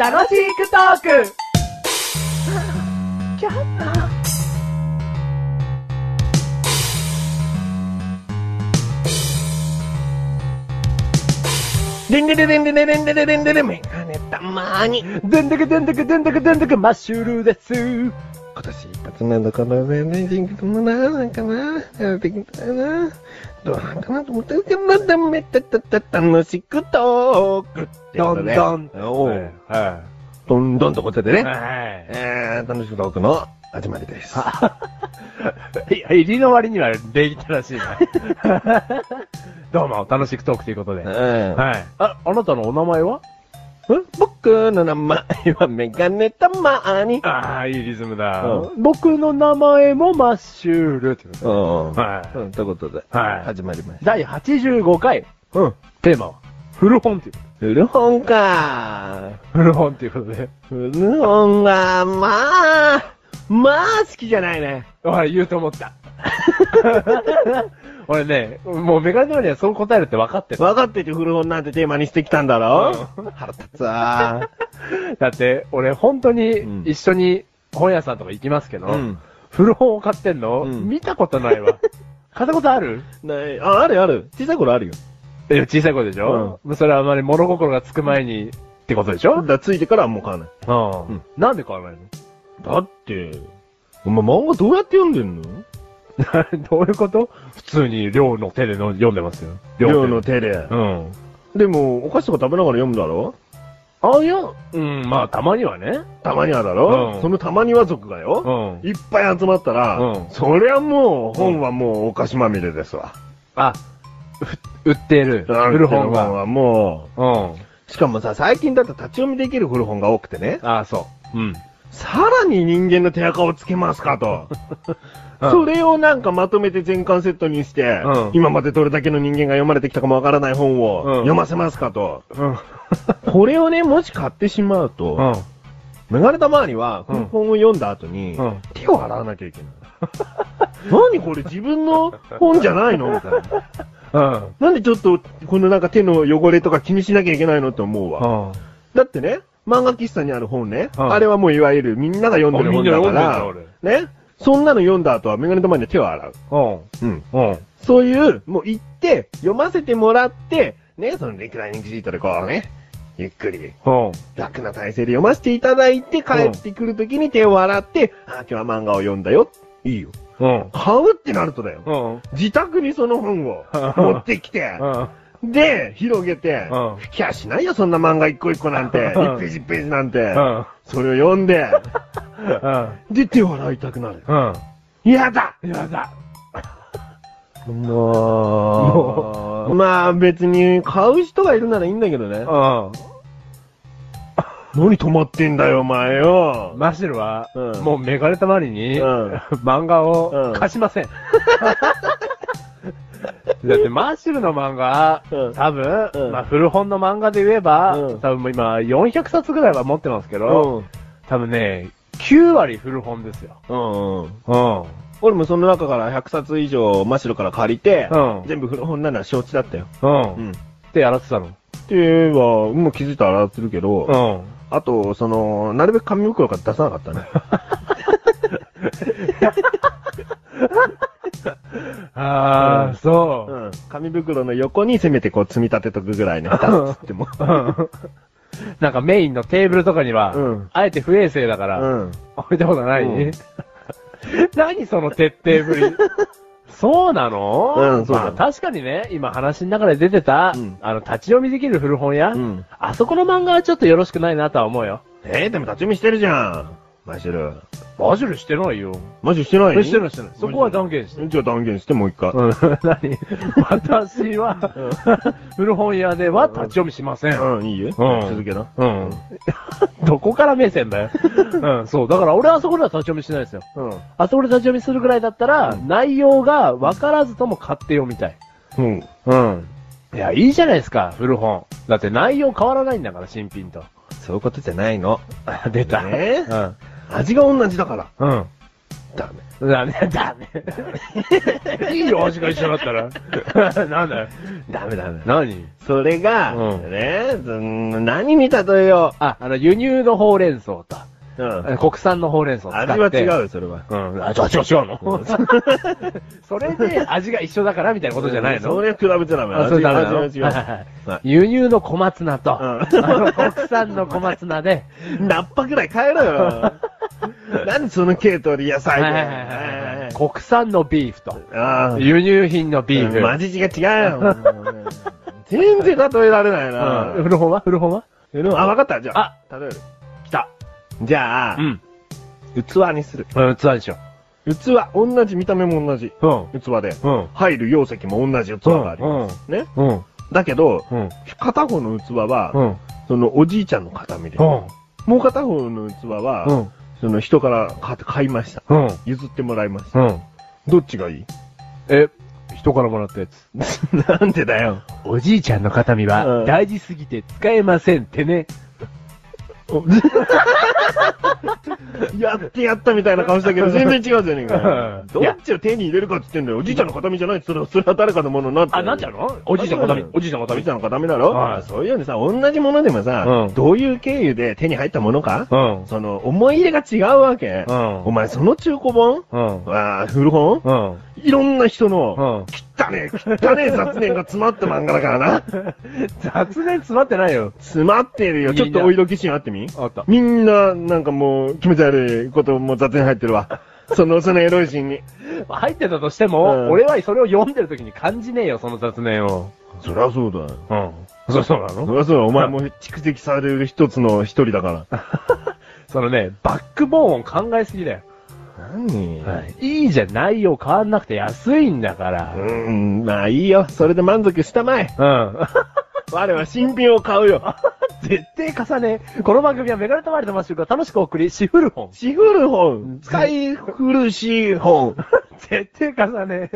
楽しくトークでんでれでんでれでんでれでんでれメガネたまーに。でんでけでんでけでんでけでんでけマッシュルです。今年一発目のこのメネジングともな、なんかな、やってきたな。どうなんかなと思ったけど、まだめたたた楽しくトーク。どんどん。おうはどんどんとこうやってい。ね。はえー、楽しくトークの始まりです。い。いや、入りの割には礼儀正しい な。どうも、楽しくトークということで。うんはい。あ、あなたのお名前はうん僕の名前はメガネたまーに。ああ、いいリズムだう僕の名前もマッシュルってことうん。はいうんということで、はい始まりました。第85回、うん。テーマは、古本っていう。古本か。古本っていうことで。古本が、まあ、まあ好きじゃないね。俺、言うと思 った。俺ね、もうメガネのにはそう答えるって分かってる。分かってて古本なんてテーマにしてきたんだろ、腹立つわ。だって、俺本当うんに一緒に本屋さんとか行きますけ ど、うん古本を買ってんの、うん見たことない わ。買ったことあるないあ、あるある。小さい頃あるよ。え小さい子でしょ、うそれはあまり物心がつく前にってことでしだかょ、らついてからはもう買わない。うんうんなんで買わないのだって、お前漫画どうやって読んでんの どういうこと普通に寮の手での読んでますよ。量のの手。手でう。ん。でも、お菓子とか食べながら読むだろあ、いや、うん、まあたまにはね。たまにはだろ、うんそのたまには族がよ。うん。いっぱい集まったら、うんそりゃもう本はもうお菓子まみれですわ。あ、ふ売ってる。古本本が。はもうん。う。しかもさ、最近だと立ち読みできる古本が多くてね、あ、そう。うん。さらに人間の手垢をつけますか と。うんそれをなんかまとめて全巻セットにして、うん今までどれだけの人間が読まれてきたかもわからない本をうん読ませますかと。うん。 これをね、もし買ってしまうと、うん。メガネたまわりは、この本を読んだ後に、うん手を洗わなきゃいけない。 何これ自分の本じゃないのみたいな。うん。なんでちょっと、このなんか手の汚れとか気にしなきゃいけないのって思うわ。うん。だってね、漫画喫茶にある本ね、うんあれはもういわゆるみんなが読んでるあみ本んなだ読かんでんだら、ね、そんなの読んだ後はメガネたまわりは手を洗う。うん。うん。うん。そういう、もう行って、読ませてもらって、ね、そのリクライニングシートでこうね、ゆっくりうん。楽な体勢で読ませていただいて、帰ってくるときに手を洗って、あ、今日は漫画を読んだよ。いいよ。うん。買うってなるとだよ。うん。自宅にその本を持ってきて、うん。で、広げてうん、吹きゃしないよ、そんな漫画一個一個なんて、う一んページ一ページなんてう、ん。それを読んで、 うん。で、手を洗いたくなる。うん。嫌だやだ。もう、まあ別に買う人がいるならいいんだけどねう。ん。何止まってんだよ、お前よ。マシルは、うんもうメガネたまりに、うん漫画うんを貸しません。だってマッシュルの漫画、うん多分、うんまあ古本の漫画で言えば、うん多分もう今400冊ぐらいは持ってますけど、うん。多分ね、9割古本ですよ。うんうん。うん。俺もその中から100冊以上、真っ白から借りて、うん全部古本なのは承知だったよ。うん。うん。ってやらってたの。手は、もう気づいたら洗ってるけど、うん。あと、その、なるべく紙袋から出さなかったね。ああ、そうう。ん。紙袋の横にせめてこう積み立てとくぐらいね、出すっつって も。うん なんかメインのテーブルとかには、うんあえて不衛生だから、うん。置いたことない、うん 何その徹底ぶ り。そうなのうんそうだよまあ確かにね、今話の中で出てた、うんあの、立ち読みできる古本屋、うんあそこの漫画はちょっとよろしくないなとは思うよ。えー、でも立ち読みしてるじゃん。マジで。バジルしてないよ。マジでしてないしてないしてない。そこは断言してる。じゃあ断言してもう一回。うん、 何私は、古本屋では立ち読みしません。うん、いいよ。うん続けな。うん。 どこから目線 だよ。うん、そう。だから俺はあそこでは立ち読みしないですよ。うん。あそこで立ち読みするぐらいだったら、内容が分からずとも買って読みたい。うん。うん。いや、いいじゃないですか、古本。だって内容変わらないんだから、新品と。 そういうことじゃないの。出た。ね味が同じだから。うん。うん。ダメ。ダメ、ダメ。 いいよ、足が一緒だったら。 なんだよ。ダメダメ。何それが、うんね、そん何に例えよあ、あの、輸入のほうれん草と、う。うん。国産のほうれん草を使って。味は違うよ、それは。うん、あ、違う、違う、違うの。 それで味が一緒だからみたいなことじゃないのそれ比べちゃダメ。あ、それダメなの味は違う。はい輸入の小松菜と、あの国産の小松菜で、 ナッパくらい変えろよ。なんでその系統で野菜はいで。はいはいはい国産のビーフと、ああ。輸入品のビーフ。マジ字が違うよ。もう ね全然例えられないな。うん古本は古本はあ、わかった、じゃあ。例える。来た。じゃあう、ん。器にする。うん、器でしょ。器、同じ、見た目も同じ。うん。器で。うん。入る容積も同じ器があります。ね。うん。うん。だけど、うん。片方の器は、うん。そのおじいちゃんの形見で。うん。もう片方の器は、うん。その人から買買いました。うん。譲ってもらいました。うん。どっちがい いえ、人からもらったやつ。なんでだよ。おじいちゃんの形見うはん大事すぎて使えませんってね。やってやったみたいな顔したけ ど、全然違うじゃねえかようんどっちを手に入れるかって言ってんだよ。おじいちゃんの形見じゃないって、それはそれは誰かのものになってる。あ、なんちゃうのおじいちゃんの形見。おじいちゃんおのじい形ちゃんの形見だろ、はいそういうようにさ、同じものでもさ、うんどういう経由で手に入ったものか、見。うん。その、思い入れが違うわけ。うんお前、その中古本うん。ああ、古本うん。いろんな人うの、ん。汚ねえ、汚ねえ雑念が詰まった漫画だから な。雑念詰まってないよ。詰まってるよ。ちょっとお色気シーンあってみあった。みんな、なんかもう、気持ち悪いことも雑念入ってるわ。その、そのエロいシーンに。入ってたとしてうも、ん俺はそれを読んでる時に感じねえよ、その雑念を。そりゃそうだ。うん。そ、そうなそのりゃそうだ。お前も蓄積される一つの一人だから。そのね、バックボーンを考えすぎだよ。何いいじゃないよ、変わんなくて安いんだかうら。ーん、まあいいよ。それで満足したまえ。うん。 我は新品を買うよ。絶対重ね。この番組はメガネたまりとマッシュルが楽しくお送り、シフルホン。し古本、使い古し本。絶対重ね。